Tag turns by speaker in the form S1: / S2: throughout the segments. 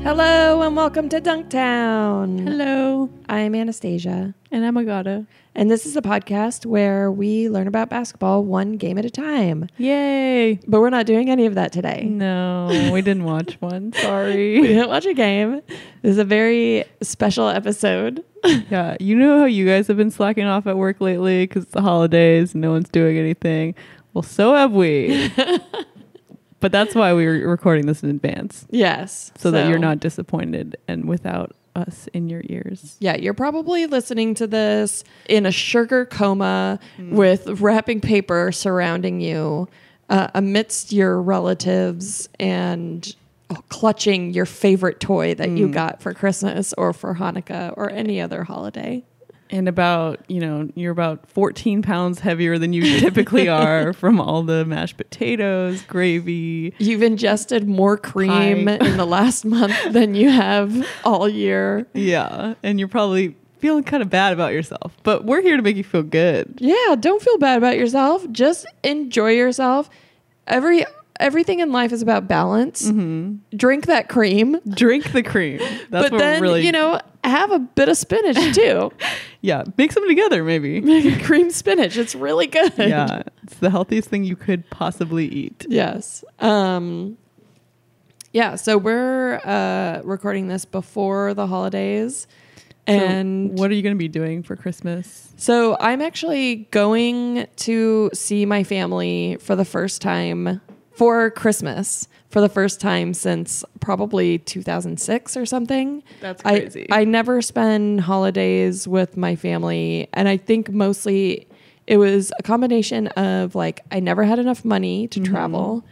S1: Hello and welcome to Dunktown.
S2: Hello,
S1: I'm Anastasia,
S2: and I'm Agata.
S1: and this is a podcast where we learn about basketball one game at a time.
S2: Yay!
S1: But we're not doing any of that today.
S2: No, we didn't watch one.
S1: We
S2: Sorry.
S1: didn't watch a game. This is a very special episode.
S2: yeah, you know how you guys have been slacking off at work lately because it's the holidays and no one's doing anything. Well, so have we. but that's why we were recording this in advance
S1: Yes.
S2: so, that you're not disappointed and without us in your ears.
S1: Yeah, you're probably listening to this in a sugar coma with wrapping paper surrounding you, uh, amidst your relatives, and uh, clutching your favorite toy that you got for Christmas or for Hanukkah or any other holiday.
S2: And about, you know, you're about 14 pounds heavier than you typically are from all the mashed potatoes, gravy.
S1: You've ingested more cream
S2: Pie.
S1: in the last month than you have all year.
S2: Yeah, and you're probably feeling kind of bad about yourself, but we're here to make you feel good.
S1: Yeah, don't feel bad about yourself. Just enjoy yourself. Every everything in life is about balance. Drink that cream.
S2: Drink the cream. That's
S1: but
S2: what
S1: then
S2: really,
S1: you know have a bit of spinach too
S2: yeah, make something together maybe.
S1: cream spinach it's really good
S2: yeah, it's the healthiest thing you could possibly eat.
S1: yes um yeah so we're uh recording this before the holidays
S2: So
S1: and
S2: what are you going to be doing for Christmas?
S1: so i'm actually going to see my family for the first time for christmas for the first time since probably 2006 or something
S2: That's crazy.
S1: I, I never spend holidays with my family. And I think mostly it was a combination of like, I never had enough money to
S2: Mm-hmm.
S1: travel.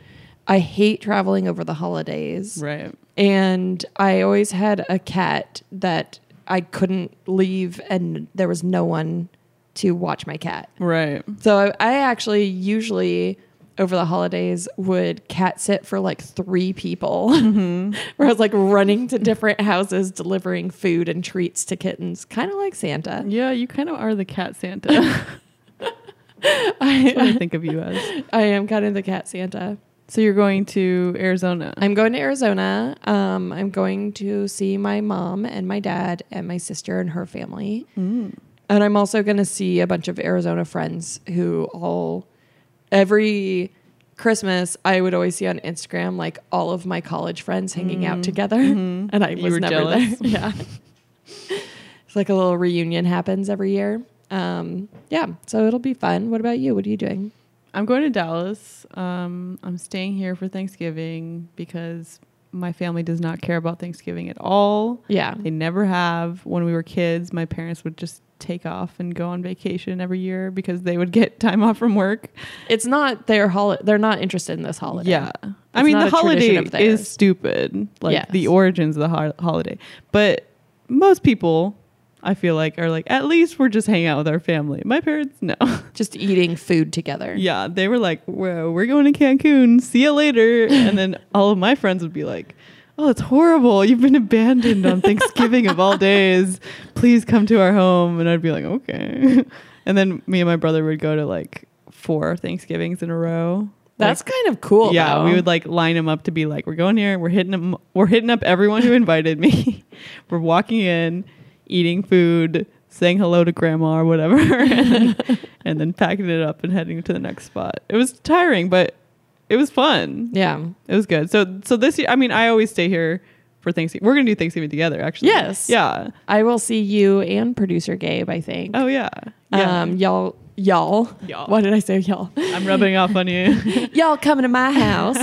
S1: I hate traveling over the holidays.
S2: Right.
S1: And I always had a cat that I couldn't leave, and there was no one to watch my cat.
S2: Right.
S1: So I, I actually usually over the holidays would cat sit for like three people, where I was like running to different houses delivering food and treats to kittens, kind of like Santa.
S2: Yeah, you kind of are the cat Santa. That's what I
S1: I,
S2: think of you as.
S1: I am kind of the cat Santa.
S2: So you're going to Arizona.
S1: I'm going to Arizona. Um, I'm going to see my mom and my dad and my sister and her family.
S2: Mm.
S1: And I'm also going to see a bunch of Arizona friends who all, every Christmas, I would always see on Instagram like all of my college friends hanging out together. And I
S2: Mm. Mm-hmm. You
S1: was
S2: were
S1: never
S2: jealous?
S1: there. Yeah. it's like a little reunion happens every year. Um, yeah. So it'll be fun. What about you? What are you doing?
S2: I'm going to Dallas. Um, I'm staying here for Thanksgiving because my family does not care about Thanksgiving at all.
S1: Yeah.
S2: They never have. When we were kids, my parents would just take off and go on vacation every year because they would get time off from work.
S1: It's not their holiday. They're not interested in this holiday.
S2: Yeah. I
S1: It's
S2: mean,
S1: not
S2: the
S1: a tradition
S2: holiday
S1: of theirs.
S2: is stupid, like
S1: Yes.
S2: the origins of the ho- holiday. But most people, I feel like, are like, at least we're just hanging out with our family. My parents, no.
S1: just eating food together.
S2: Yeah, they were like, "Whoa, we're going to Cancun. See you later." And then all of my friends would be like, "Oh, it's horrible. You've been abandoned on Thanksgiving of all days. Please come to our home." And I'd be like, "Okay." And then me and my brother would go to like four Thanksgivings in a row.
S1: That's kind of cool.
S2: yeah,
S1: though.
S2: we would like line them up to be like, "We're going here. We're hitting them. We're hitting up everyone who invited me. we're walking in, eating food." Saying hello to grandma or whatever, and then, and then packing it up and heading to the next spot. It was tiring, but it was fun.
S1: Yeah.
S2: It was good. So, so this year, I mean, I always stay here for Thanksgiving. We're gonna do Thanksgiving together, actually.
S1: Yes.
S2: Yeah.
S1: I will see you and producer Gabe. I think.
S2: Oh yeah. Yeah.
S1: Um, y'all, y'all,
S2: Y'all.
S1: Why did I say y'all?
S2: I'm rubbing off on you.
S1: y'all coming to my house.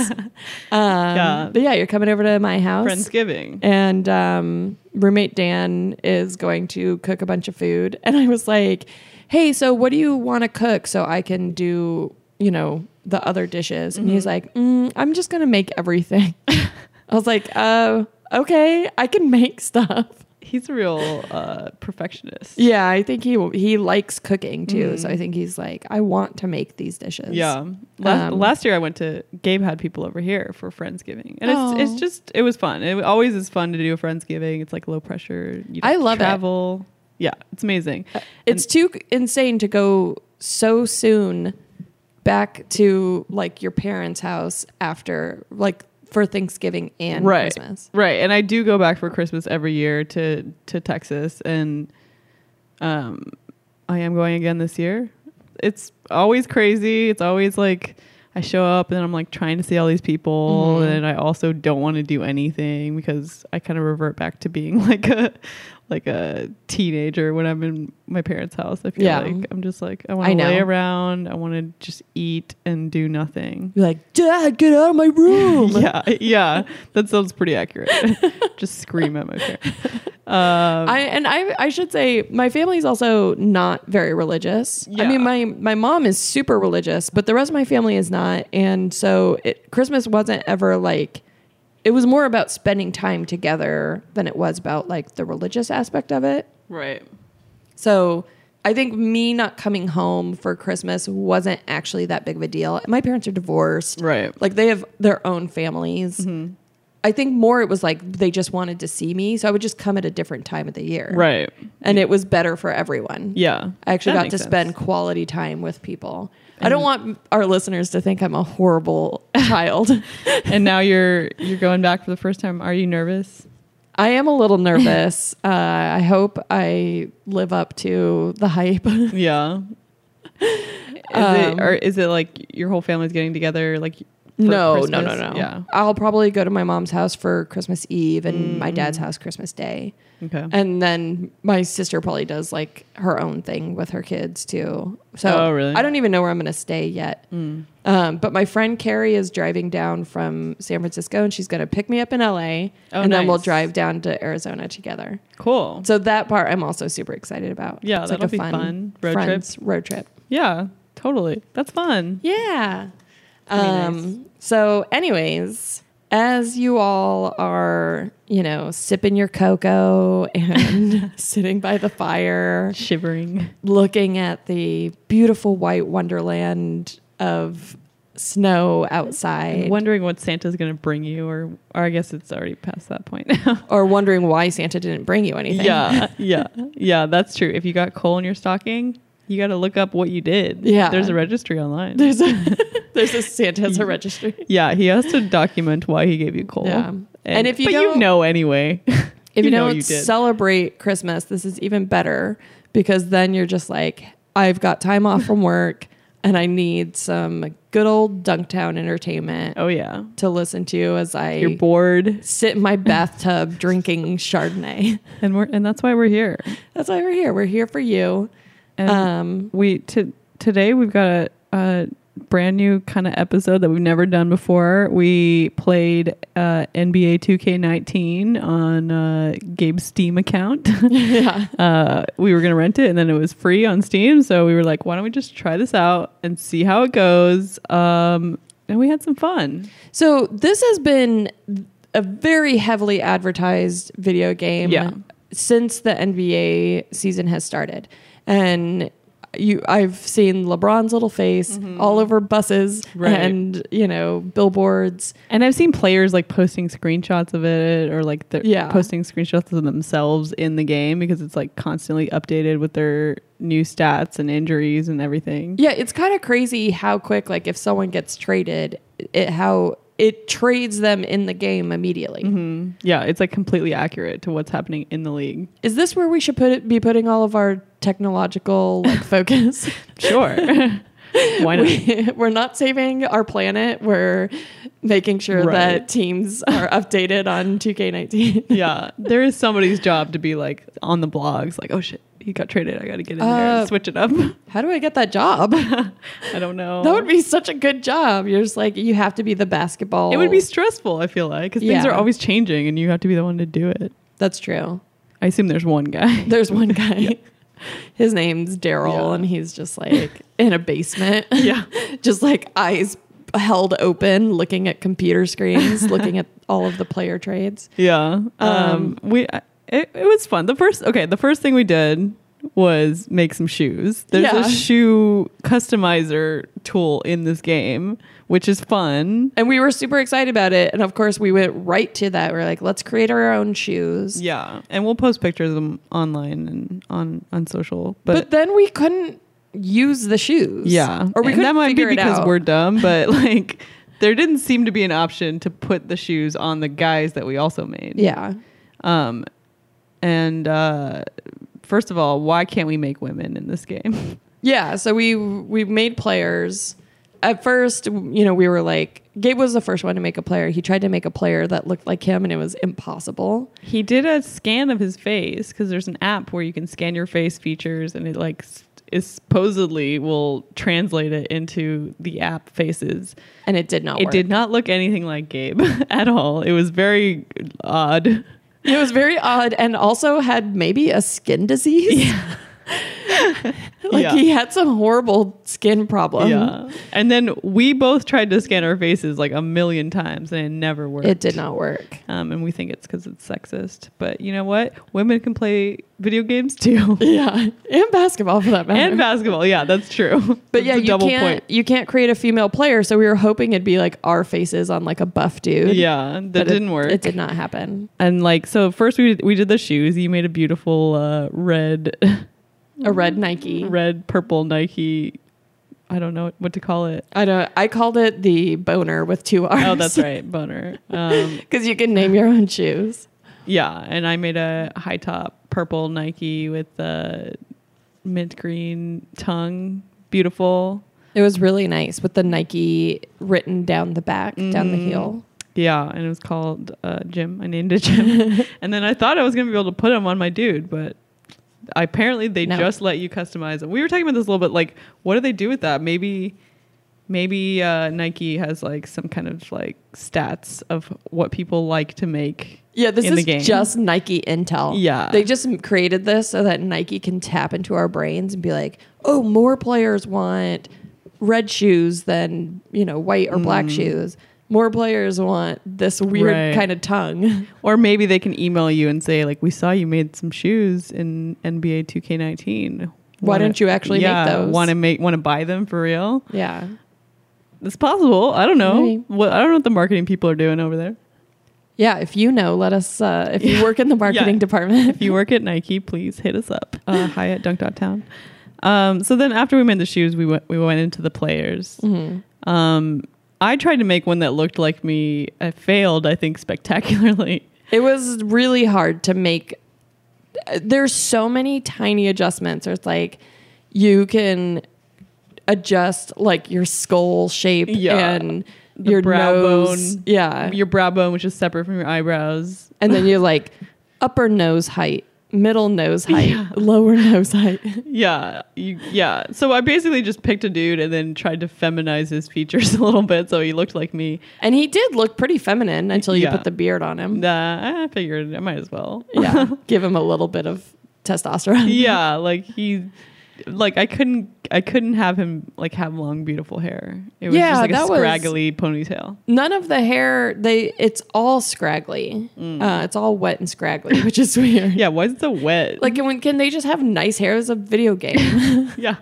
S1: Um,
S2: Yeah.
S1: But yeah, you're coming over to my house.
S2: Friendsgiving.
S1: And um, roommate Dan is going to cook a bunch of food. And I was like, hey, so what do you want to cook so I can do, you know, the other dishes? And
S2: Mm-hmm.
S1: he's like, mm, I'm just going to make everything. I was like, oh, okay, I can make stuff.
S2: He's a real uh, perfectionist.
S1: Yeah, I think he he likes cooking too. So I think he's like, I want to make these dishes.
S2: Mm. Yeah. Last,
S1: Um,
S2: last year I went to Gabe had people over here for Friendsgiving. And
S1: Oh.
S2: it's it's just it was fun. It always is fun to do a Friendsgiving. It's like low pressure. You
S1: I
S2: don't
S1: love it.
S2: travel. Yeah, it's amazing.
S1: It's too insane to go so soon back to like your parents' house after like for Thanksgiving and
S2: right.
S1: Christmas.
S2: Right. And I do go back for Christmas every year to to Texas and um I am going again this year. It's always crazy. It's always like I show up and I'm like trying to see all these people
S1: Mhm.
S2: and I also don't want to do anything because I kind of revert back to being like a like a teenager when I'm in my parents' house. I feel
S1: Yeah.
S2: like I'm just like I want to
S1: know.
S2: lay around. I want to just eat and do nothing.
S1: You're like, Dad, get out of my room.
S2: Yeah, yeah, that sounds pretty accurate. Just scream at my parents. Um,
S1: I and I I should say my family's also not very religious. I
S2: Yeah.
S1: mean my my mom is super religious, but the rest of my family is not, and so it, Christmas wasn't ever like. It was more about spending time together than it was about like the religious aspect of it.
S2: right.
S1: So I think me not coming home for Christmas wasn't actually that big of a deal. My parents are divorced.
S2: Right.
S1: Like they have their own families.
S2: Mm-hmm.
S1: I think more it was like they just wanted to see me. So I would just come at a different time of the year.
S2: Right.
S1: And it was better for everyone.
S2: Yeah.
S1: I actually
S2: That
S1: got
S2: makes
S1: to
S2: sense.
S1: spend quality time with people. I don't want our listeners to think I'm a horrible child.
S2: And now you're you're going back for the first time. Are you nervous?
S1: I am a little nervous. Uh, I hope I live up to the hype.
S2: Yeah. Is it
S1: Um,
S2: or is it like your whole family's getting together? Like for
S1: no, no,
S2: Christmas?
S1: no, no.
S2: Yeah.
S1: I'll probably go to my mom's house for Christmas Eve and my
S2: Mm.
S1: dad's house Christmas Day.
S2: Okay.
S1: And then my sister probably does like her own thing with her kids too. So
S2: Oh, really?
S1: I don't even know where I'm going to stay yet.
S2: Hmm.
S1: Um, but my friend Carrie is driving down from San Francisco and she's going to pick me up in LA
S2: Oh,
S1: and then we'll
S2: nice.
S1: drive down to Arizona together.
S2: cool.
S1: So that part I'm also super excited about.
S2: Yeah,
S1: it's like
S2: that'll
S1: a
S2: be
S1: fun,
S2: fun. Road trip.
S1: friends road trip.
S2: yeah. Totally. That's fun.
S1: Yeah.
S2: Pretty nice.
S1: Um, So, anyways, as you all are, you know, sipping your cocoa and sitting by the fire,
S2: Shivering.
S1: looking at the beautiful white wonderland of snow outside,
S2: Wondering what Santa's gonna bring you, or or I guess it's already past that point.
S1: or wondering why Santa didn't bring you anything.
S2: Yeah, yeah, yeah. That's true. If you got coal in your stocking, you got to look up what you did.
S1: Yeah.
S2: there's a registry online.
S1: There's a, there's a Santa has a registry.
S2: Yeah, he has to document why he gave you coal.
S1: Yeah. And if you
S2: but you
S1: don't-
S2: know anyway,
S1: If you,
S2: You know
S1: don't
S2: you did.
S1: celebrate Christmas, this is even better because then you're just like, I've got time off from work and I need some good old Dunktown entertainment
S2: oh yeah,
S1: to listen to as I
S2: you're bored,
S1: sit in my bathtub drinking Chardonnay.
S2: and we're and that's why we're here.
S1: That's why we're here. We're here for you.
S2: And
S1: um,
S2: we to today we've got a, a brand new kind of episode that we've never done before. We played uh, NBA 2K19 on uh, Gabe's Steam account.
S1: yeah.
S2: uh, we were going to rent it and then it was free on Steam. So we were like, why don't we just try this out and see how it goes? Um, and we had some fun.
S1: So this has been a very heavily advertised video game
S2: Yeah.
S1: since the NBA season has started. And you I've seen LeBron's little face all over buses
S2: Mm-hmm. Right.
S1: and, you know, billboards.
S2: And I've seen players like posting screenshots of it or like they're
S1: Yeah.
S2: posting screenshots of themselves in the game because it's like constantly updated with their new stats and injuries and everything.
S1: Yeah, it's kind of crazy how quick like if someone gets traded, it how it trades them in the game immediately.
S2: Mhm. Yeah, it's like completely accurate to what's happening in the league.
S1: Is this where we should put it, be putting all of our technological like focus?
S2: Sure. Why not?
S1: we, we're not saving our planet. We're making sure
S2: Right.
S1: that teams are updated on 2K19.
S2: yeah, there is somebody's job to be like on the blogs, like, oh shit, he got traded. I got to get in there
S1: Uh,
S2: and switch it up.
S1: How do I get that job? That
S2: I don't know.
S1: would be such a good job. You're just like, you have to be the basketball.
S2: it would be stressful. I feel like because things
S1: Yeah.
S2: are always changing, and you have to be the one to do it.
S1: That's true.
S2: I assume there's one guy.
S1: There's one guy. His name's Daryl,
S2: Yeah.
S1: and he's just like in a basement.
S2: yeah,
S1: just like eyes held open, looking at computer screens, looking at all of the player trades.
S2: yeah. Um, we I- it, it was fun. The first okay, the first thing we did was make some shoes. There's
S1: Yeah.
S2: a shoe customizer tool in this game, which is fun.
S1: And we were super excited about it. And of course, we went right to that. We are like, let's create our own shoes.
S2: Yeah, and we'll post pictures of them online and on on social.
S1: But, then we couldn't use the shoes.
S2: Yeah,
S1: Or we
S2: And
S1: couldn't
S2: that might be
S1: figure it
S2: because
S1: out.
S2: we're dumb, but like there didn't seem to be an option to put the shoes on the guys that we also made.
S1: Yeah.
S2: Um, and uh, first of all, why can't we make women in this game?
S1: Yeah, so we we made players. At first, you know, we were like Gabe was the first one to make a player. He tried to make a player that looked like him and it was impossible.
S2: He did a scan of his face because there's an app where you can scan your face features, and it like s- is supposedly will translate it into the app faces.
S1: And it did not
S2: It
S1: work.
S2: did not look anything like Gabe at all. It was very odd.
S1: It was very odd and also had maybe a skin disease. Yeah. like
S2: Yeah.
S1: he had some horrible skin problem.
S2: yeah. And then we both tried to scan our faces like a million times, and it never worked.
S1: It did not work.
S2: Um, and we think it's because it's sexist. But you know what? Women can play video games too.
S1: Yeah. And basketball for that matter.
S2: and basketball. Yeah, that's true.
S1: but
S2: It's
S1: yeah,
S2: a
S1: you
S2: double
S1: can't you can't create a female player, so we were hoping it'd be like our faces on like a buff dude.
S2: Yeah, that
S1: But it-
S2: didn't work.
S1: It did not happen.
S2: And like, so first we did, we did the shoes. You made a beautiful uh, red,
S1: A red Nike.
S2: red, purple Nike. I don't know what to call it.
S1: I don't. I called it the boner with two R's.
S2: Oh, that's right, boner. Um,
S1: Because you can name your own shoes.
S2: yeah, and I made a high top purple Nike with the mint green tongue. Beautiful.
S1: It was really nice with the Nike written down the back, down the
S2: Mhm.
S1: heel.
S2: Yeah, and it was called uh, Jim. I named it Jim. and then I thought I was going to be able to put him on my dude, but apparently they
S1: No.
S2: just let you customize them. We were talking about this a little bit. Like, what do they do with that? Maybe, maybe uh, Nike has like some kind of like stats of what people like to make.
S1: Yeah, this
S2: In the
S1: is
S2: game.
S1: just Nike intel.
S2: Yeah.
S1: they just created this so that Nike can tap into our brains and be like, oh, more players want red shoes than you know white or black shoes. More players want this weird
S2: Mm. Right.
S1: kind of tongue.
S2: Or maybe they can email you and say like, "We saw you made some shoes in NBA 2K19.
S1: Why don't you actually make those?"
S2: Want to make want to buy them for real?
S1: Yeah,
S2: It's possible. I don't know.
S1: Maybe.
S2: What I don't know what the marketing people are doing over there.
S1: yeah. If you know, let us. Uh, if you work in the marketing department,
S2: if you work at Nike, please hit us up. Uh, hi at dunk.town. Um, so then after we made the shoes, we went, we went into the players.
S1: Mm-hmm.
S2: Um, I tried to make one that looked like me. I failed, I think, spectacularly.
S1: It was really hard to make. There's so many tiny adjustments. It's like you can adjust like your skull shape
S2: Yeah.
S1: and
S2: The
S1: your
S2: brow
S1: nose.
S2: bone.
S1: Yeah.
S2: Your brow bone, which is separate from your eyebrows.
S1: and then you like upper nose height, middle nose height,
S2: Yeah.
S1: lower nose height.
S2: Yeah, you, yeah. So I basically just picked a dude and then tried to feminize his features a little bit so he looked like me.
S1: And he did look pretty feminine until you
S2: Yeah.
S1: put the beard on him.
S2: Nah, I figured I might as well.
S1: yeah. Give him a little bit of testosterone.
S2: yeah like he like i couldn't i couldn't have him like have long beautiful hair it was
S1: Yeah,
S2: just like a
S1: that was-
S2: scraggly ponytail
S1: None of the hair, they it's all scraggly.
S2: Mm.
S1: Uh, it's all wet and scraggly, which is weird.
S2: yeah why is it so wet
S1: Like, can, can they just have nice hair as a video game?
S2: yeah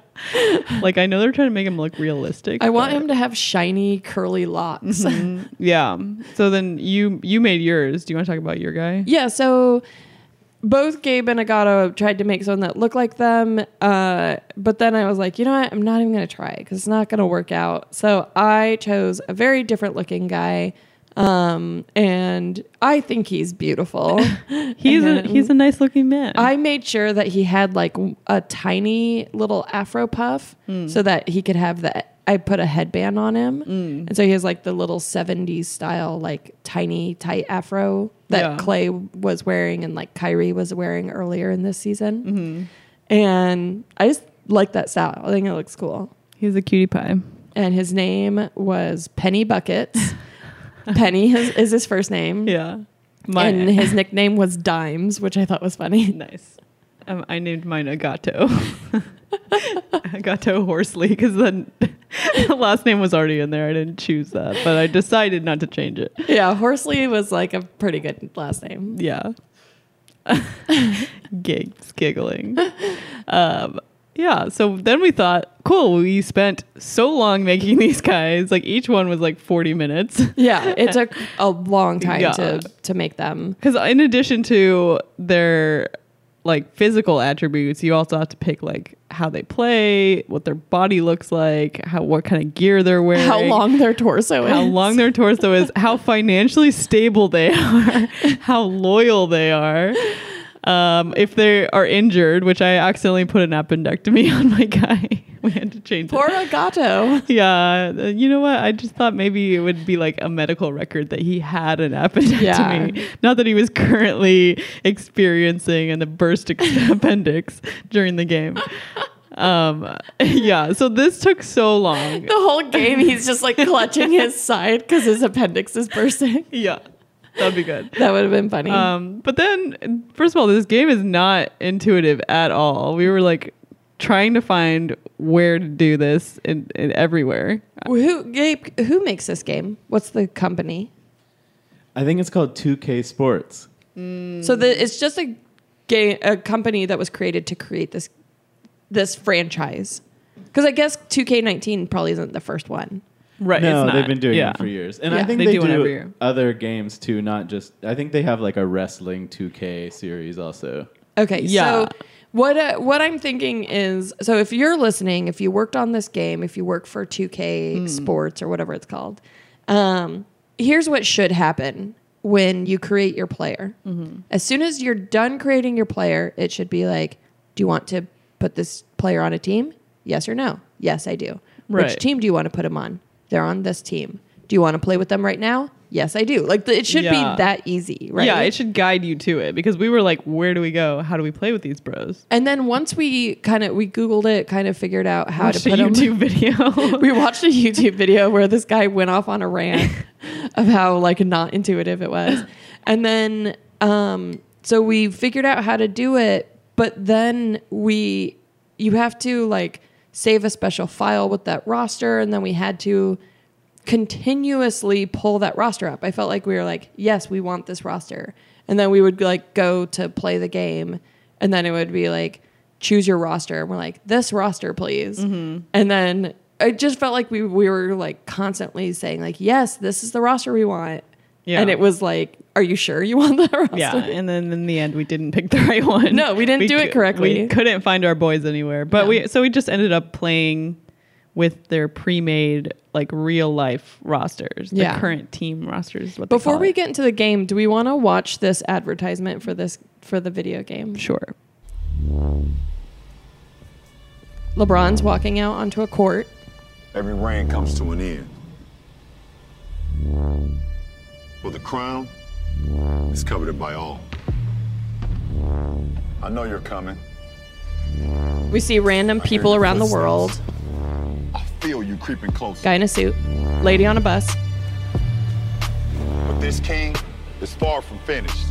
S2: like i know they're trying to make him look realistic
S1: I want
S2: but-
S1: him to have shiny, curly locks.
S2: Mm, yeah so then you you made yours do you want to talk about your guy
S1: yeah, so both Gabe and Agato tried to make someone that looked like them. Uh, but then I was like, you know what? I'm not even going to try because it's not going to work out. So I chose a very different looking guy. Um, and I think he's beautiful.
S2: he's
S1: And
S2: a he's a nice looking man
S1: I made sure that he had like a tiny little afro puff
S2: Hmm.
S1: so that he could have the. I put a headband on him.
S2: Hmm.
S1: And so he has like the little 70s style, like tiny, tight afro that
S2: Yeah.
S1: Clay was wearing and like Kyrie was wearing earlier in this season.
S2: Mm-hmm.
S1: And I just like that style. I think it looks cool.
S2: he's a cutie pie
S1: And his name was Penny Buckets. Penny is, is his first name.
S2: yeah my
S1: And his nickname was Dimes, which I thought was funny.
S2: nice um, I named mine Agato. Agato Horsley, because then the last name was already in there. I didn't choose that, but I decided not to change it.
S1: Yeah, Horsley was like a pretty good last name.
S2: Yeah. Gigs giggling. Um, yeah. So then we thought, cool. We spent so long making these guys. Like each one was like forty minutes.
S1: Yeah, it took a long time
S2: Yeah.
S1: to to make them.
S2: Because in addition to their like physical attributes, you also have to pick like how they play, what their body looks like, how what kind of gear they're wearing,
S1: How long their torso is.
S2: how long their torso is, how financially stable they are, how loyal they are. Um, if they are injured, which I accidentally put an appendectomy on my guy, we had to change it.
S1: Poor Gato.
S2: Yeah, uh, you know what? I just thought maybe it would be like a medical record that he had an appendectomy, not that he was currently experiencing an a burst ex- appendix during the game. Um, yeah, so this took so long.
S1: The whole game, he's just like clutching his side because his appendix is bursting.
S2: Yeah, that'd be good.
S1: That would have been funny.
S2: Um, but then, first of all, this game is not intuitive at all. We were like trying to find where to do this in, in everywhere.
S1: who Gabe, who makes this game? What's the company?
S3: I think it's called 2K Sports.
S1: So the, it's just a game, a company that was created to create this this franchise. Because I guess 2K19 probably isn't the first one.
S2: Right?
S3: no,
S2: Uh, it's not.
S3: they've been doing
S2: Yeah.
S3: it for years, and I
S1: Yeah.
S3: think
S2: They
S3: they,
S2: do
S3: do,
S2: one every year.
S3: other games too. Not just. I think they have like a wrestling 2K series also.
S1: Okay,
S2: Yeah.
S1: so what uh, what I'm thinking is, so if you're listening, if you worked on this game, if you work for 2K
S2: Hmm.
S1: Sports or whatever it's called, um, here's what should happen when you create your player.
S2: Mm-hmm.
S1: As soon as you're done creating your player, it should be like, do you want to put this player on a team? Yes or no? Yes, I do.
S2: Right.
S1: Which team do you want to put them on? They're on this team. Do you want to play with them right now? Yes, I do. Like the, it should
S2: Yeah.
S1: be that easy, right?
S2: Yeah, it should guide you to it because we were like, where do we go? How do we play with these bros?
S1: And then once we kind of we googled it, kind of figured out how
S2: Watched
S1: to
S2: a
S1: put them.
S2: YouTube video.
S1: We watched a YouTube video where this guy went off on a rant of how like not intuitive it was, and then um, so we figured out how to do it. But then we you have to like save a special file with that roster, and then we had to continuously pull that roster up. I felt like we were like, yes, we want this roster. And then we would like go to play the game and then it would be like, choose your roster. And we're like, this roster, please.
S2: Mm-hmm.
S1: And then it just felt like we, we were like constantly saying like, yes, this is the roster we want.
S2: Yeah.
S1: And it was like, are you sure you want that roster?
S2: yeah, and then in the end, we didn't pick the right one.
S1: No, we didn't do it
S2: cou-
S1: correctly.
S2: We couldn't find our boys anywhere, but
S1: No.
S2: we so we just ended up playing with their pre-made like real life rosters. The
S1: Yeah.
S2: current team rosters. is What they
S1: Before
S2: call
S1: we
S2: it.
S1: get into the game, do we want to watch this advertisement for this for the video game?
S2: sure,
S1: LeBron's walking out onto a court.
S4: Every reign comes to an end. But the crown is coveted by all. I know you're coming.
S1: We see random people around the world.
S4: I feel you creeping closer.
S1: Guy in a suit, lady on a bus.
S4: But this king is far from finished.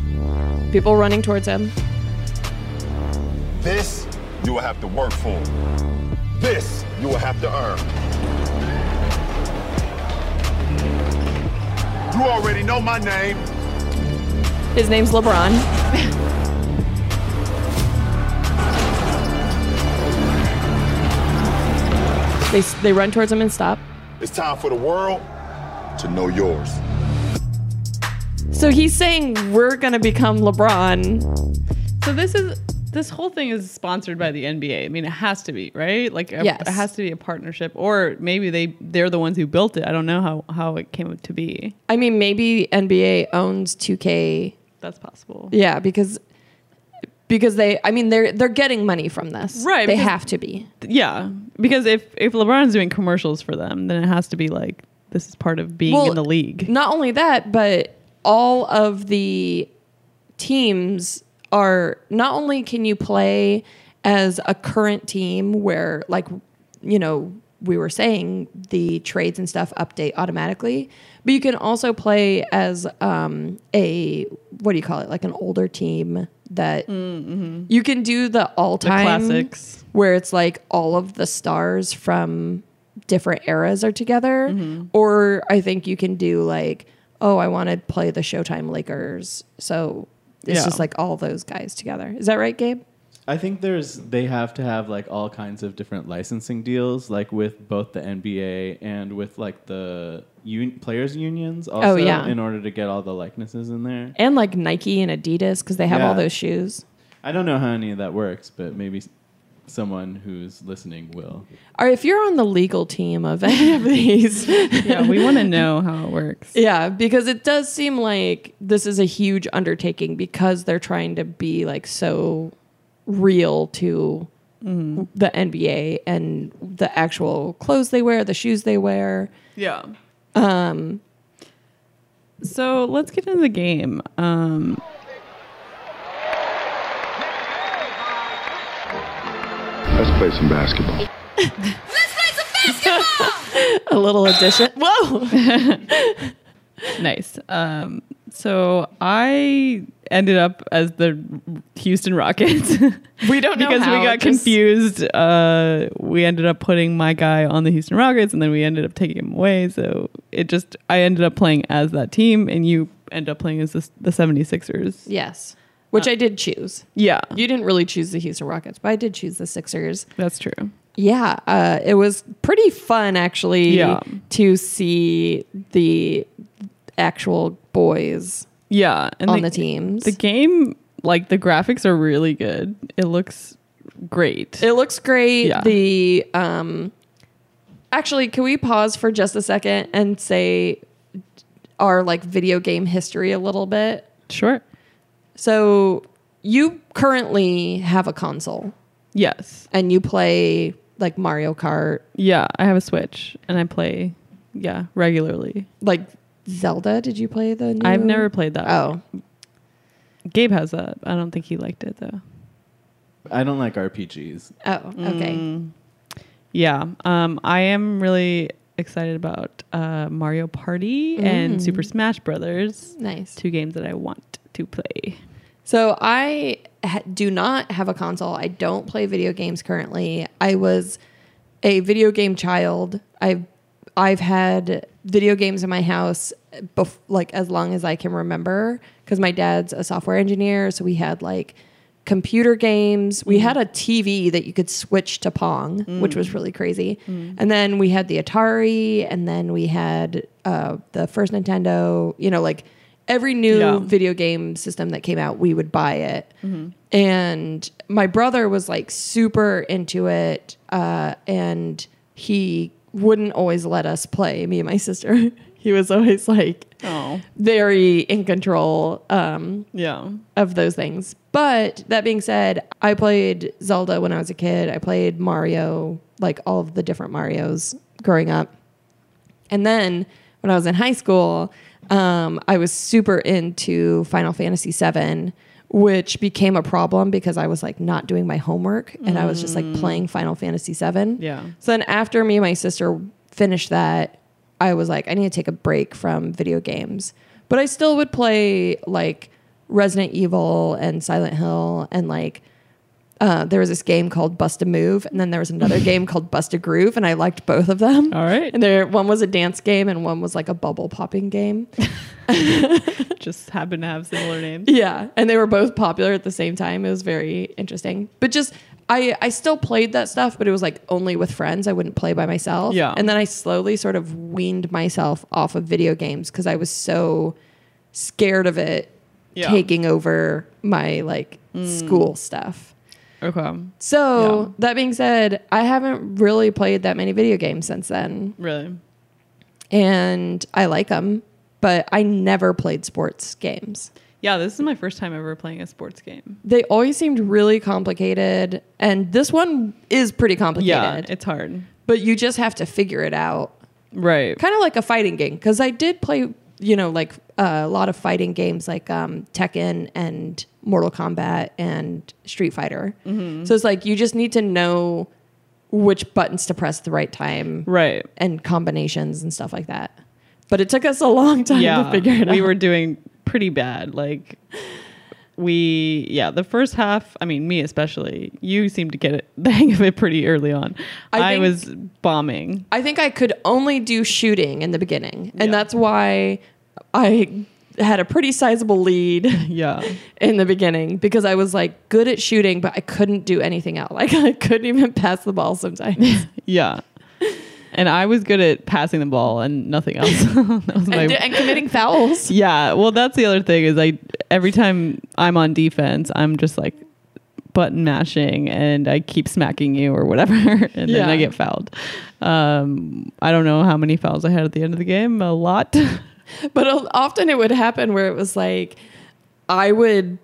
S1: people running towards him.
S4: This you will have to work for. This you will have to earn. You already know my name.
S1: His name's LeBron. they, they run towards him and stop.
S4: It's time for the world to know yours.
S1: So he's saying we're gonna become LeBron.
S2: so this is. This whole thing is sponsored by the NBA. I mean, it has to be, right? Like, a-
S1: Yes.
S2: it has to be a partnership, or maybe they they're the ones who built it. I don't know how how it came to be.
S1: I mean, maybe NBA owns 2K.
S2: That's possible.
S1: Yeah, because because they, I mean, they're they're getting money from this.
S2: Right,
S1: They
S2: because-
S1: have to be.
S2: Yeah, because if if LeBron's doing commercials for them, then it has to be like this is part of being in the league.
S1: Not only that, but all of the teams are not only can you play as a current team where like you know we were saying the trades and stuff update automatically but you can also play as um, a what do you call it like an older team that you can do the all-time
S2: classics.
S1: where it's like all of the stars from different eras are together or i think you can do like oh i want to play the showtime lakers so it's
S2: Yeah.
S1: just like all those guys together is that right gabe
S3: I think there's they have to have like all kinds of different licensing deals, like with both the NBA and with like the un- players unions
S2: Oh,
S3: also,
S1: yeah.
S3: in order to get all the likenesses in there.
S1: and like nike and adidas because they have all
S3: Yeah.
S1: those shoes
S3: I don't know how any of that works, but maybe s- someone who's listening will.
S1: Or if you're on the legal team of any of these,
S2: yeah, we want to know how it works.
S1: yeah, because it does seem like this is a huge undertaking because they're trying to be like so real to the NBA and the actual clothes they wear, the shoes they wear.
S2: Yeah. Um. So let's get into the game. Um.
S5: Let's play some basketball.
S1: A little addition. Whoa.
S2: Nice. Um. So I ended up as the Houston Rockets.
S1: We don't know
S2: because
S1: how,
S2: we got
S1: just-
S2: confused. Uh, we ended up putting my guy on the Houston Rockets, and then we ended up taking him away. So it just I ended up playing as that team, and you end up playing as the, the 76ers.
S1: Yes. Uh, Which I did choose.
S2: Yeah,
S1: You didn't really choose the Houston Rockets, but I did choose the Sixers.
S2: that's true.
S1: Yeah, uh, it was pretty fun actually
S2: Yeah.
S1: to see the actual boys
S2: Yeah, and
S1: on the teams.
S2: The game, like the graphics are really good. It looks great.
S1: it looks great.
S2: Yeah.
S1: The um, actually, can we pause for just a second and say our like video game history a little bit?
S2: sure.
S1: So you currently have a console
S2: Yes.
S1: and you play like Mario Kart,
S2: Yeah, I have a Switch, and I play. Yeah, regularly.
S1: like Zelda. Did you play the? New?
S2: I've never played that.
S1: Oh,
S2: Gabe has that. I don't think he liked it though.
S3: I don't like RPGs.
S1: oh, okay.
S2: Yeah, um, I am really excited about uh, Mario Party and Super Smash Brothers.
S1: Mm. Nice.
S2: Two games that I want to play.
S1: So I ha- do not have a console. I don't play video games currently. I was a video game child. I've I've had video games in my house bef- like as long as I can remember because my dad's a software engineer, so we had like computer games. We had a TV that you could switch to Pong, which was really crazy. And then we had the Atari, and then we had uh, the first Nintendo. You know, like every new
S2: Yeah.
S1: video game system that came out, we would buy it. And my brother was like super into it, uh, and he wouldn't always let us play. Me and my sister. he was always like
S2: Oh,
S1: very in control. Um,
S2: yeah,
S1: of those things. But that being said, I played Zelda when I was a kid. I played Mario, like all of the different Marios growing up. And then when I was in high school, um, I was super into Final Fantasy VII, which became a problem because I was like not doing my homework and I was just like playing Final Fantasy VII.
S2: Yeah.
S1: So then after me and my sister finished that, I was like, I need to take a break from video games. But I still would play like Resident Evil and Silent Hill and like uh, there was this game called Bust a Move, and then there was another game called Bust a Groove, and I liked both of them.
S2: All right.
S1: And there, one was a dance game, and one was like a bubble popping game.
S2: just happen to have similar names.
S1: yeah, and they were both popular at the same time. It was very interesting. But just I, I still played that stuff, but it was like only with friends. I wouldn't play by myself.
S2: Yeah.
S1: And then I slowly sort of weaned myself off of video games because I was so scared of it
S2: Yeah. Mm.
S1: taking over my like school stuff.
S2: Okay,
S1: So
S2: Yeah.
S1: that being said, I haven't really played that many video games since then,
S2: really?
S1: and I like them, but I never played sports games.
S2: Yeah, this is my first time ever playing a sports game.
S1: They always seemed really complicated, and this one is pretty
S2: Yeah,
S1: complicated.
S2: it's hard.
S1: but you just have to figure it out,
S2: Right.
S1: kind of like a fighting game. Because I did play, you know, like a lot of fighting games, like um, Tekken and Mortal Kombat and Street Fighter.
S2: Mm-hmm.
S1: So it's like you just need to know which buttons to press the right time.
S2: Right.
S1: and combinations and stuff like that. But it took us a long time
S2: yeah,
S1: to figure it out.
S2: we were doing pretty bad. Like we, yeah, the first half. I mean, me especially. You seemed to get it, the hang of it pretty early on.
S1: I
S2: I,
S1: think-
S2: was bombing.
S1: I think I could only do shooting in the beginning, and
S2: Yeah.
S1: that's why I had a pretty sizable lead
S2: Yeah,
S1: in the beginning because I was like good at shooting, but I couldn't do anything else. Like I couldn't even pass the ball sometimes.
S2: yeah. And I was good at passing the ball and nothing else. that was my
S1: and, and committing fouls.
S2: yeah. Well, that's the other thing is I every time I'm on defense, I'm just like button mashing and I keep smacking you or whatever, and then
S1: Yeah.
S2: I get fouled. Um, I don't know how many fouls I had at the end of the game. A lot.
S1: But o- often it would happen where it was like I would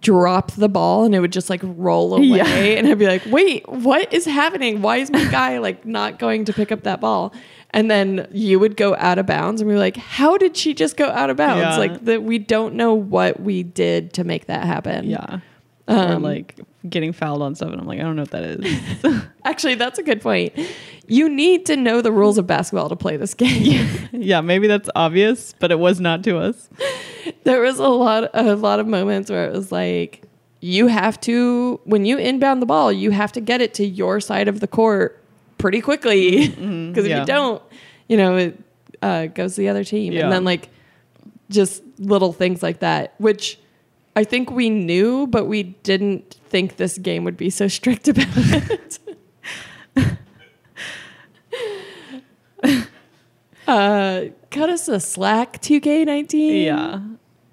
S1: drop the ball and it would just like roll away
S2: Yeah.
S1: and I'd be like, "Wait, what is happening? Why is my guy like not going to pick up that ball?" And then you would go out of bounds and we were like, "How did she just go out of bounds?"
S2: Yeah.
S1: Like that we don't know what we did to make that happen.
S2: yeah. or
S1: Um,
S2: like getting fouled on stuff, and I'm like, I don't know what that is.
S1: Actually, that's a good point. You need to know the rules of basketball to play this game.
S2: yeah, maybe that's obvious, but it was not to us.
S1: there was a lot a lot of moments where it was like you have to when you inbound the ball you have to get it to your side of the court pretty quickly because if
S2: Mm-hmm. yeah.
S1: you don't you know it uh, goes to the other team
S2: Yeah.
S1: and then like just little things like that which i think we knew but we didn't think this game would be so strict about it uh, cut us a slack 2k19
S2: Yeah.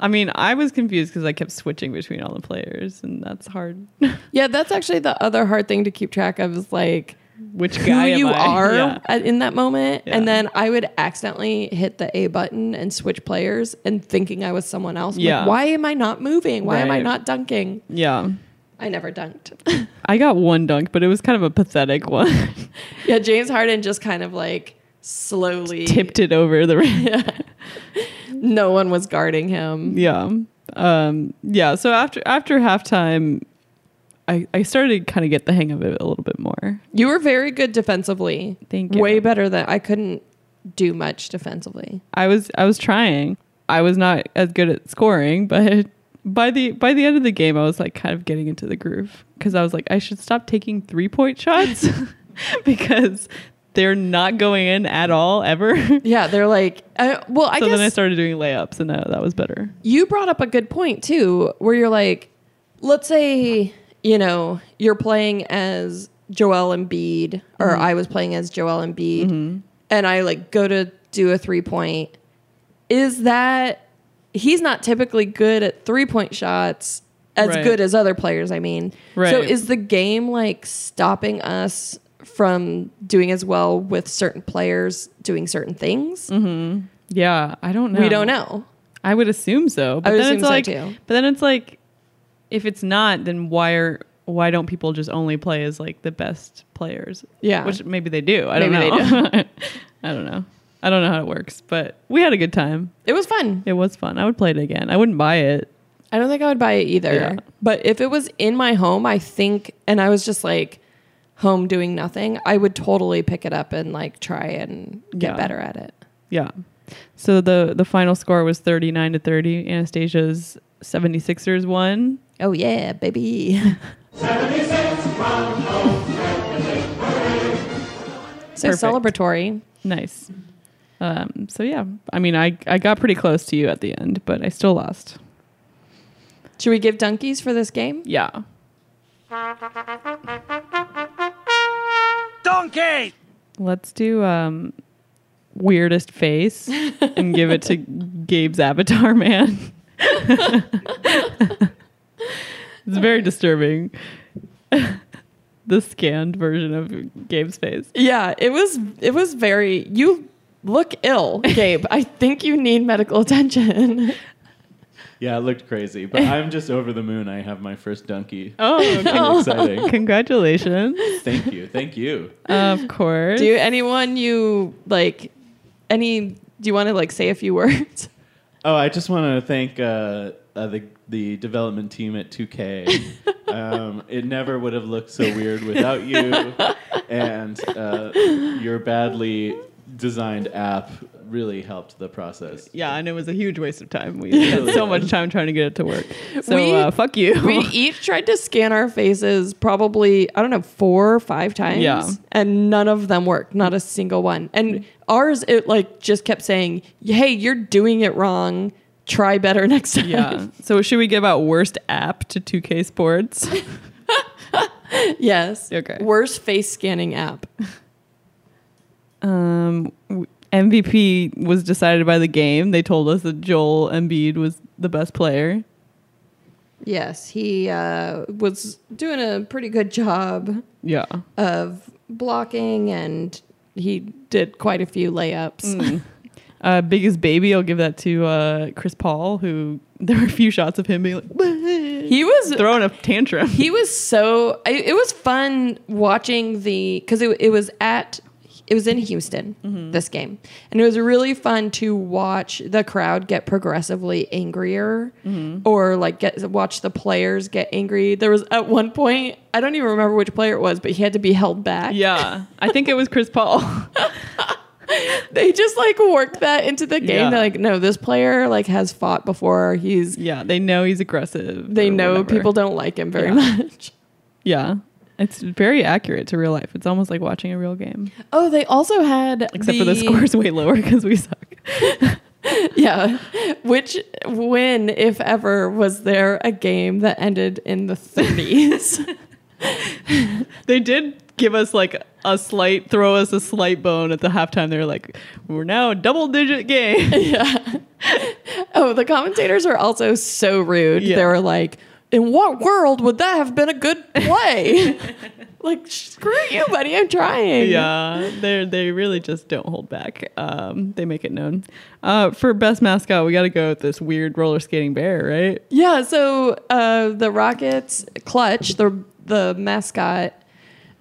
S2: I mean, I was confused because I kept switching between all the players, and that's hard.
S1: Yeah, that's actually the other hard thing to keep track of is like
S2: Which
S1: who
S2: guy am
S1: you
S2: I?
S1: are
S2: Yeah.
S1: at- in that moment.
S2: Yeah.
S1: And then I would accidentally hit the A button and switch players and thinking I was someone else. I'm like,
S2: Yeah.
S1: why am I not moving? Why am I
S2: Right.
S1: not dunking?
S2: yeah.
S1: I never dunked.
S2: I got one dunk, but it was kind of a pathetic one.
S1: yeah, James Harden just kind of like slowly
S2: Tipped it over the rim.
S1: No one was guarding him.
S2: Yeah. Um, yeah. So after after halftime, I, I started to kind of get the hang of it a little bit more.
S1: You were very good defensively.
S2: Thank you.
S1: Way better than I couldn't do much defensively.
S2: I was I was trying. I was not as good at scoring, but by the by the end of the game, I was like kind of getting into the groove because I was like I should stop taking three point shots because they're not going in at all ever.
S1: Yeah, they're like, uh, well, I
S2: so
S1: guess
S2: then I started doing layups, and uh, that was better.
S1: you brought up a good point too, where you're like, let's say, you know, you're playing as Joel Embiid, or
S2: Mm-hmm.
S1: I was playing as Joel Embiid, and I like go to do a three point. Is that he's not typically good at three point shots as
S2: Right.
S1: good as other players, I mean. So
S2: Right.
S1: is the game like stopping us from doing as well with certain players doing certain things?
S2: Mm-hmm. Yeah, I don't know.
S1: We don't know.
S2: I would assume so. But
S1: would
S2: then
S1: assume
S2: it's
S1: so,
S2: like,
S1: too.
S2: but then it's like, if it's not, then why are why don't people just only play as like the best players?
S1: Yeah.
S2: which maybe they do. I
S1: Maybe
S2: don't
S1: they
S2: know. I don't know. I don't know how it works, but we had a good time.
S1: It was fun.
S2: It was fun. I would play it again. I wouldn't buy it.
S1: I don't think I would buy it either.
S2: Yeah.
S1: But if it was in my home, I think, and I was just like home doing nothing, I would totally pick it up and like try and get
S2: Yeah.
S1: better at it.
S2: Yeah. So the the final score was 39 to 30. Anastasia's 76ers won.
S1: Oh, yeah, baby. so
S2: Perfect.
S1: celebratory.
S2: Nice. Um, so yeah, I mean, I, I got pretty close to you at the end, but I still lost.
S1: Should we give donkeys for this game?
S2: Yeah.
S6: Donkey!
S2: Let's do um, weirdest face and give it to Gabe's avatar man. it's very disturbing. the scanned version of Gabe's face.
S1: Yeah, it was it was very you look ill, Gabe. I think you need medical attention.
S3: Yeah, it looked crazy, but I'm just over the moon. I have my first donkey.
S2: Oh,
S3: It's exciting.
S2: congratulations.
S3: Thank you. Thank you.
S2: Of course.
S1: Do you, anyone you like any do you want to like say a few words?
S3: Oh, I just want to thank uh, uh, the the development team at 2K. um, it never would have looked so weird without you, and uh, your badly designed app really helped the process.
S2: yeah, and it was a huge waste of time. We had so much time trying to get it to work. So
S1: We-
S2: uh, fuck you.
S1: we each tried to scan our faces probably i don't know four or five times
S2: Yeah.
S1: and none of them worked not a single one and ours it like just kept saying hey you're doing it wrong try better next time
S2: yeah. So should we give out worst app to 2K Sports?
S1: yes
S2: Okay.
S1: worst face scanning app
S2: Um, w- MVP was decided by the game. They told us that Joel Embiid was the best player.
S1: Yes, he uh, was doing a pretty good job
S2: Yeah.
S1: of blocking, and he did quite a few layups.
S2: Uh, biggest baby, I'll give that to uh, Chris Paul, who there were a few shots of him being like,
S1: He was
S2: throwing a tantrum.
S1: he was so I, it was fun watching the because it, it was at it was in houston
S2: Mm-hmm.
S1: this game and it was really fun to watch the crowd get progressively angrier
S2: Mm-hmm.
S1: or like get watch the players get angry there was at one point i don't even remember which player it was but he had to be held back
S2: Yeah, I think it was Chris Paul.
S1: they just like worked that into the game
S2: Yeah.
S1: they're like no this player like has fought before he's
S2: yeah, they know he's aggressive.
S1: they
S2: or
S1: know
S2: whatever.
S1: people don't like him very
S2: Yeah.
S1: much
S2: Yeah, it's very accurate to real life. It's almost like watching a real game,
S1: oh they also had
S2: except for the score's way lower because we suck.
S1: Yeah. Which, when, if ever, was there a game that ended in the 30s?
S2: They did give us like a slight, throw us a slight bone at the halftime. They're like, we're now a double digit game.
S1: oh, the commentators are also so rude.
S2: Yeah.
S1: They were like, in what world would that have been a good play? like, screw you, buddy. I'm trying.
S2: yeah, they they really just don't hold back. Um, they make it known. Uh, for best mascot, we got to go with this weird roller skating bear, right?
S1: Yeah. So uh, the Rockets clutch the the mascot.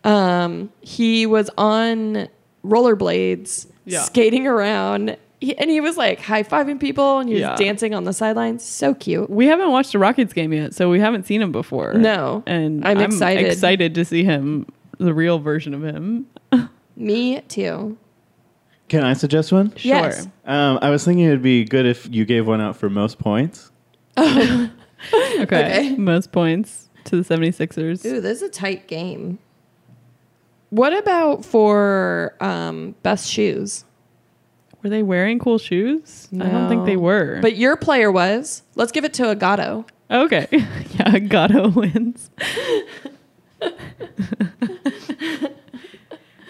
S1: Um, he was on rollerblades
S2: Yeah.
S1: skating around, he, and he was like high fiving people, and he was
S2: Yeah.
S1: dancing on the sidelines. So cute.
S2: We haven't watched a Rockets game yet, so we haven't seen him before.
S1: No.
S2: and
S1: I'm excited.
S2: Excited to see him, the real version of him.
S1: Me too.
S3: Can I suggest one?
S2: Sure.
S1: Yes.
S3: Um, I was thinking it'd be good if you gave one out for most points.
S2: Okay.
S1: Okay.
S2: Most points to the 76ers.
S1: Ooh, this is a tight game. What about for um, best shoes?
S2: Were they wearing cool shoes? I don't think they
S1: No.
S2: were.
S1: But your player was. Let's give it to Agato.
S2: okay. yeah, Gatto wins.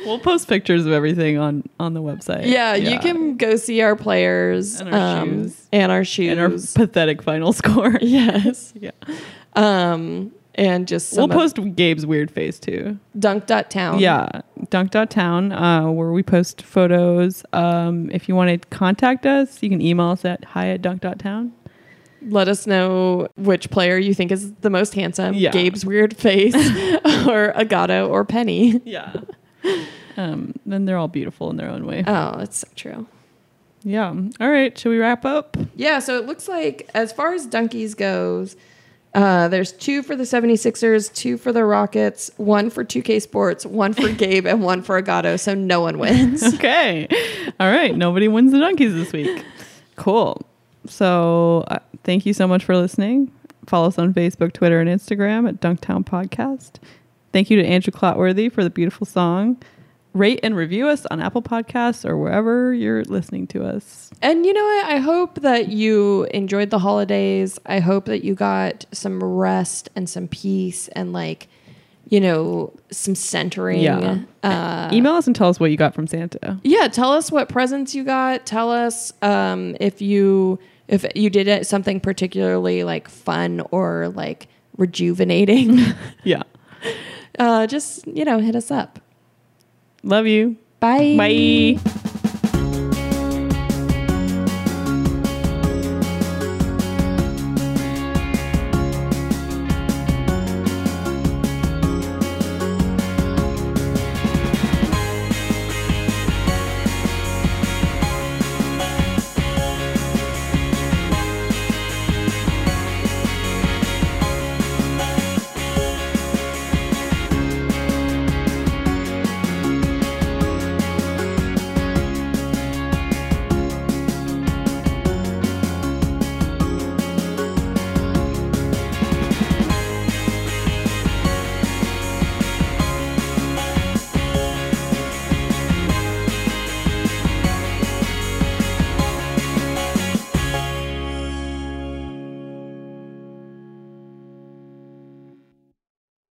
S2: we'll post pictures of everything on on the website.
S1: Yeah, you can go see our players
S2: Eh,
S1: um,
S2: And our shoes.
S1: and our shoes.
S2: and our pathetic final score.
S1: yes.
S2: yeah.
S1: Um, and just some Oh.
S2: We'll
S1: post
S2: post Gabe's weird face too.
S1: dunk.town.
S2: Yeah, dunk.town, uh, where we post photos. Um, if you want to contact us, you can email us at hi at dunk.town.
S1: Let us know which player you think is the most handsome
S2: Yeah.
S1: Gabe's weird face or Agato or Penny.
S2: Yeah. um, then they're all beautiful in their own way.
S1: Oh, it's so true.
S2: yeah. All right. Should we wrap up?
S1: Yeah, so it looks like as far as donkeys goes, uh, there's two for the 76ers, two for the Rockets, one for 2K Sports, one for Gabe, and one for Agato. So no one wins.
S2: Okay. all right. Nobody wins the donkeys this week. Cool. So uh, thank you so much for listening. Follow us on Facebook, Twitter, and Instagram at Dunktown Podcast. Thank you to Andrew Clotworthy for the beautiful song. Rate and review us on Apple Podcasts or wherever you're listening to us.
S1: And you know what? I hope that you enjoyed the holidays. I hope that you got some rest and some peace and like, you know, some centering. Uh,
S2: Yeah. Email us and tell us what you got from Santa.
S1: Yeah, tell us what presents you got. Tell us um, if you if you did it something particularly like fun or like rejuvenating.
S2: Yeah.
S1: uh, just you know, hit us up.
S2: Love you.
S1: Bye.
S2: Bye.